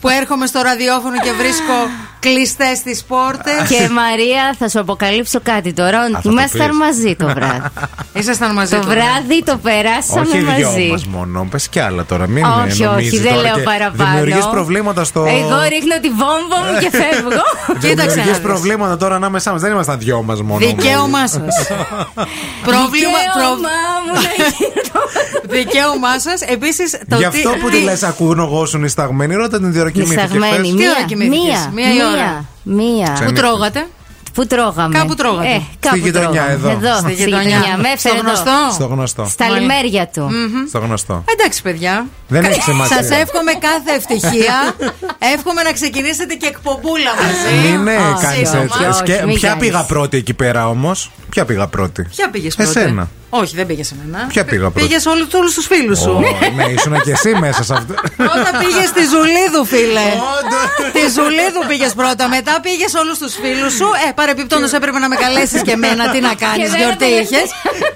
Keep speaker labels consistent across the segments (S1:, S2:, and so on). S1: που έρχομαι στο ραδιόφωνο και βρίσκω κλειστές τις πόρτες.
S2: Και Μαρία, θα σου αποκαλύψω κάτι τώρα.
S3: θα το
S2: Ήμασταν
S3: πεις.
S2: μαζί το βράδυ.
S1: Ήσασταν μαζί
S2: το
S1: του, ναι.
S2: βράδυ το περάσαμε
S3: Όχι δυο
S2: μαζί.
S3: μα μόνο. Πες κι άλλα τώρα. Μην
S2: όχι, όχι, δεν λέω παραπάνω. Ε,
S3: Δημιουργείς προβλήματα στο.
S2: Εγώ ρίχνω τη βόμβα μου και φεύγω.
S1: Κοίταξε να
S3: Δημιουργείς
S1: δεις.
S3: προβλήματα τώρα ανάμεσά μας. Δεν ήμασταν δυο μας μόνο.
S1: Δικαίωμά σας. Πρόβλημα. προ-
S2: Δικαίωμά μου να γίνω.
S1: Δικαίωμά σας. Επίσης το
S3: Γι'
S1: τι-
S3: αυτό που
S1: τι-
S3: τη λε, ακούνε γογόσουν οι σταγμένοι, ρώτα την διορκημήθηκε.
S2: Δισταγμένη.
S1: Τι ώρα
S2: Μία,
S1: κοιμήθηκες?
S2: μία,
S1: Μία η ώρα.
S2: μία, μία.
S1: Που τρώγατε.
S2: Που τρώγαμε.
S1: Κάπου τρώγατε.
S2: Ε, κάπου
S3: γειτονιά
S2: τρώγαμε.
S3: εδώ.
S1: Στη
S2: στη
S1: γειτονιά.
S2: γειτονιά. Με
S1: Στο
S2: έφερε εδώ.
S1: γνωστό.
S3: Στο γνωστό.
S2: Στα
S1: Μάλιστα.
S2: λιμέρια του.
S3: Στο γνωστό.
S1: Εντάξει, παιδιά.
S3: Δεν έχει σημασία.
S1: Σας εύχομαι κάθε ευτυχία. εύχομαι να ξεκινήσετε και εκπομπούλα μαζί.
S3: Μην ναι,
S2: Α,
S3: κάνει
S2: όχι,
S3: έτσι.
S2: όχι,
S3: Σκε-
S2: μην
S3: Ποια
S2: κάνεις.
S3: πήγα πρώτη εκεί πέρα όμως. Ποια πήγα πρώτη.
S1: Ποια πήγες πρώτα.
S3: Εσένα.
S1: Όχι, δεν πήγε σε μένα.
S3: Ποια πήγα πρώτη?
S1: Πήγες όλου τους φίλους σου.
S3: Ω, Ναι, ήσουν και εσύ μέσα σε αυτό.
S1: Πρώτα πήγες στη Ζουλίδου, φίλε.
S3: Όντως.
S1: Τη Ζουλίδου πήγες πρώτα, μετά πήγες όλους τους φίλους σου. Ε, παρεπιπτόντω έπρεπε να με καλέσεις και εμένα, τι να κάνει,
S2: Και δεν
S1: γιορτή
S2: έπρεπε.
S1: είχε.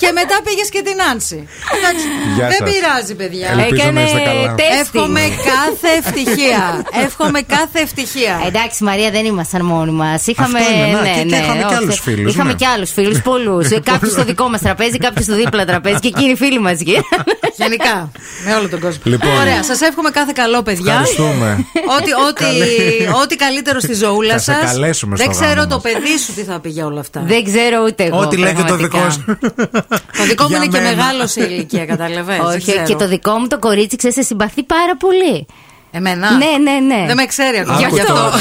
S1: Και μετά πήγες και την Άνση. Εντάξει,
S3: Γεια
S1: δεν
S3: σας. Ε,
S1: πειράζει, παιδιά.
S3: Ελπίζω να
S2: Έκανε
S3: είστε καλά.
S1: Εύχομαι
S2: τέστη.
S1: κάθε ευτυχία. Εύχομαι κάθε ευτυχία.
S2: Εντάξει, Μαρία, δεν ήμασταν μόνοι μας. Είχαμε. ναι,
S3: είναι, να, και- και είχαμε κι
S2: όχι.
S3: άλλους φίλους,
S2: Είχαμε
S3: ναι.
S2: και άλλους φίλους, πολλούς. Κάποιοι στο δικό μας τραπέζι, κάποιοι στο δίπλα τραπέζι και εκείνοι οι φίλοι μας γίνανε.
S1: Γενικά, με όλο τον κόσμο.
S3: Λοιπόν.
S1: Ωραία, σας εύχομαι κάθε καλό, παιδιά.
S3: Ευχαριστούμε.
S1: Ό,τι, ό,τι, ό,τι καλύτερο στη ζωούλα
S3: Θα σε
S1: σας.
S3: καλέσουμε στο
S1: Δεν
S3: γάμο
S1: ξέρω
S3: μας.
S1: το παιδί σου τι θα πει για όλα αυτά.
S2: Δεν ξέρω ούτε εγώ.
S3: Ό,τι λέει και το
S2: πραγματικά.
S3: δικό σου.
S1: Το δικό μου
S3: Για
S1: είναι και
S3: μένα.
S1: μεγάλο σε ηλικία, καταλαβαίνετε.
S2: Όχι, και το δικό μου το κορίτσι, ξέρεις, σε συμπαθεί πάρα πολύ.
S1: Εμένα.
S2: Ναι, ναι, ναι.
S1: Δεν με ξέρει ακόμα.
S2: Γι'
S3: Άκου
S2: αυτό.
S3: τώρα.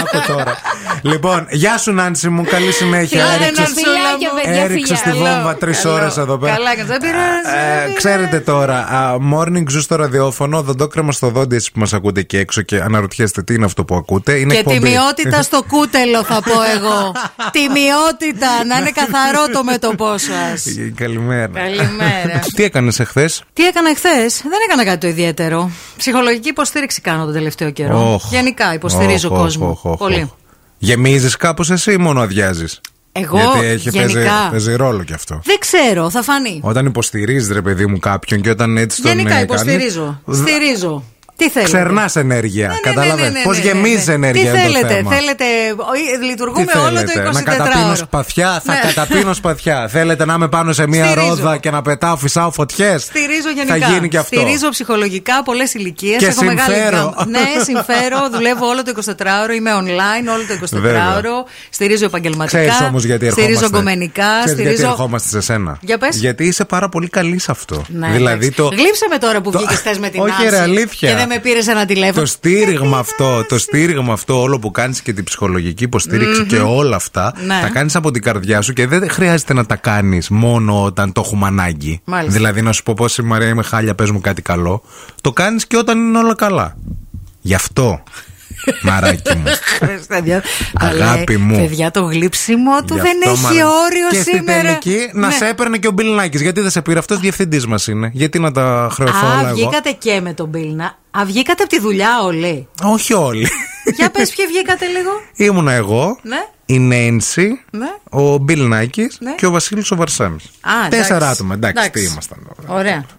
S3: Άκου τώρα. Λοιπόν, γεια σου Νάνση μου, καλή συνέχεια.
S1: Φιλάκια,
S3: Έριξες-
S1: Νάνση.
S2: Φιλάκια, παιδιά,
S3: Έριξες τη
S2: φιλιά.
S1: Καλό,
S3: βόμβα τρεις
S1: καλό.
S3: ώρες εδώ πέρα.
S1: Καλά, καλά, δεν πειράζει,
S3: Ε,
S1: δεν
S3: ξέρετε τώρα, α, morning zoo στο ραδιόφωνο, δοντόκρεμα στο δόντι εσείς που μας ακούτε εκεί έξω και αναρωτιέστε τι είναι αυτό που ακούτε. Είναι
S1: Και
S3: εκπομπή.
S1: τιμιότητα στο κούτελο θα πω εγώ. τιμιότητα, να είναι καθαρό το μέτωπό σας.
S3: Ε, Καλημέρα.
S1: Καλημέρα.
S3: Τι έκανες εχθές.
S1: Τι έκανα εχθές, δεν έκανα κάτι το ιδιαίτερο. Ψυχολογική υποστήριξη κάνω τον τελευταίο καιρό. Γενικά υποστηρίζω κόσμο. Πολύ.
S3: Γεμίζεις κάπως εσύ ή μόνο αδειάζεις.
S1: Εγώ,
S3: Γιατί έχει, παίζει,
S1: γενικά.
S3: παίζει ρόλο κι αυτό.
S1: Δεν ξέρω, θα φανεί.
S3: Όταν υποστηρίζεις ρε παιδί μου κάποιον και όταν έτσι τον
S1: Γενικά
S3: ε,
S1: υποστηρίζω.
S3: κάνεις, δ-
S1: Στηρίζω. Τι θέλετε.
S3: Ξερνάς ενέργεια.
S1: Ναι, ναι,
S3: Καταλαβαίνεις.
S1: ναι, ναι, ναι,
S3: Πώς
S1: ναι,
S3: γεμίζεις
S1: ναι.
S3: ενέργεια
S1: Τι
S3: είναι
S1: θέλετε,
S3: το θέμα.
S1: θέλετε. ο- Λειτουργούμε
S3: Τι
S1: όλο το Ναι.
S3: θέλετε,
S1: 24ωρο.
S3: να καταπίνω σπαθιά, θα καταπίνω σπαθιά. Θέλετε να είμαι πάνω σε μία
S1: Στηρίζω.
S3: ρόδα και να πετάω, φυσάω φωτιές.
S1: Στηρίζω γενικά.
S3: Θα γίνει και αυτό.
S1: Στηρίζω ψυχολογικά πολλές ηλικίες.
S3: Και
S1: Έχω μεγάλη
S3: συμφέρω.
S1: γκάμα. Ναι, συμφέρω. Δουλεύω όλο το 24ωρο. Είμαι online όλο το 24ωρο. Στηρίζω επαγγελματικά.
S3: Ξέρεις όμως γιατί ερχόμαστε.
S1: Στηρίζω κομμενικά.
S3: Ξέρεις
S1: στηρίζω...
S3: γιατί ερχόμαστε σε σένα.
S1: Για πες.
S3: Γιατί είσαι πάρα πολύ καλή σε αυτό.
S1: Ναι,
S3: δηλαδή
S1: εντάξει.
S3: το.
S1: Γλύψε με τώρα που
S3: το-
S1: βγήκες χθε με την
S3: Όχι, ρε,
S1: Άνση
S3: αλήθεια.
S1: Και δεν με πήρες ένα τηλέφωνο.
S3: Το στήριγμα αυτό, το στήριγμα αυτό όλο που κάνεις και την ψυχολογική υποστήριξη και όλα αυτά,
S1: Ναι.
S3: τα κάνεις από την καρδιά σου και δεν χρειάζεται να τα κάνεις μόνο όταν το έχουμε ανάγκη.
S1: Μάλιστα.
S3: Δηλαδή, να σου πω πώ Μαρία είμαι χάλια, πες μου κάτι καλό. Το κάνεις και όταν είναι όλα καλά. Γι' αυτό, μαράκι μου.
S1: Παιδιά, τα
S3: Αγάπη
S1: λέει,
S3: μου.
S1: Παιδιά, το γλύψιμο του
S3: Γι'
S1: δεν
S3: αυτό,
S1: έχει
S3: μάνα.
S1: όριο
S3: και
S1: σήμερα.
S3: στην τελική να
S1: Ναι.
S3: σε έπαιρνε και ο Μπιλνάκης. Γιατί δεν σε πήρε, αυτός διευθυντής μας είναι. Γιατί να τα χρεωθώ όλα
S1: Α,
S3: εγώ.
S1: βγήκατε και με τον Μπίλνα. Α, βγήκατε από τη δουλειά όλοι.
S3: Όχι όλοι.
S1: Για πες ποιοι βγήκατε λίγο.
S3: Ήμουνα εγώ,
S1: Ναι.
S3: η Νένση,
S1: Ναι.
S3: ο Μπιλ Νάκης
S1: Ναι.
S3: και ο Βασίλης ο Βαρσάμις.
S1: Α,
S3: Τέσσερα
S1: εντάξει.
S3: άτομα, εντάξει,
S1: Εντάξει.
S3: τι ήμασταν τώρα.
S1: Ωραία.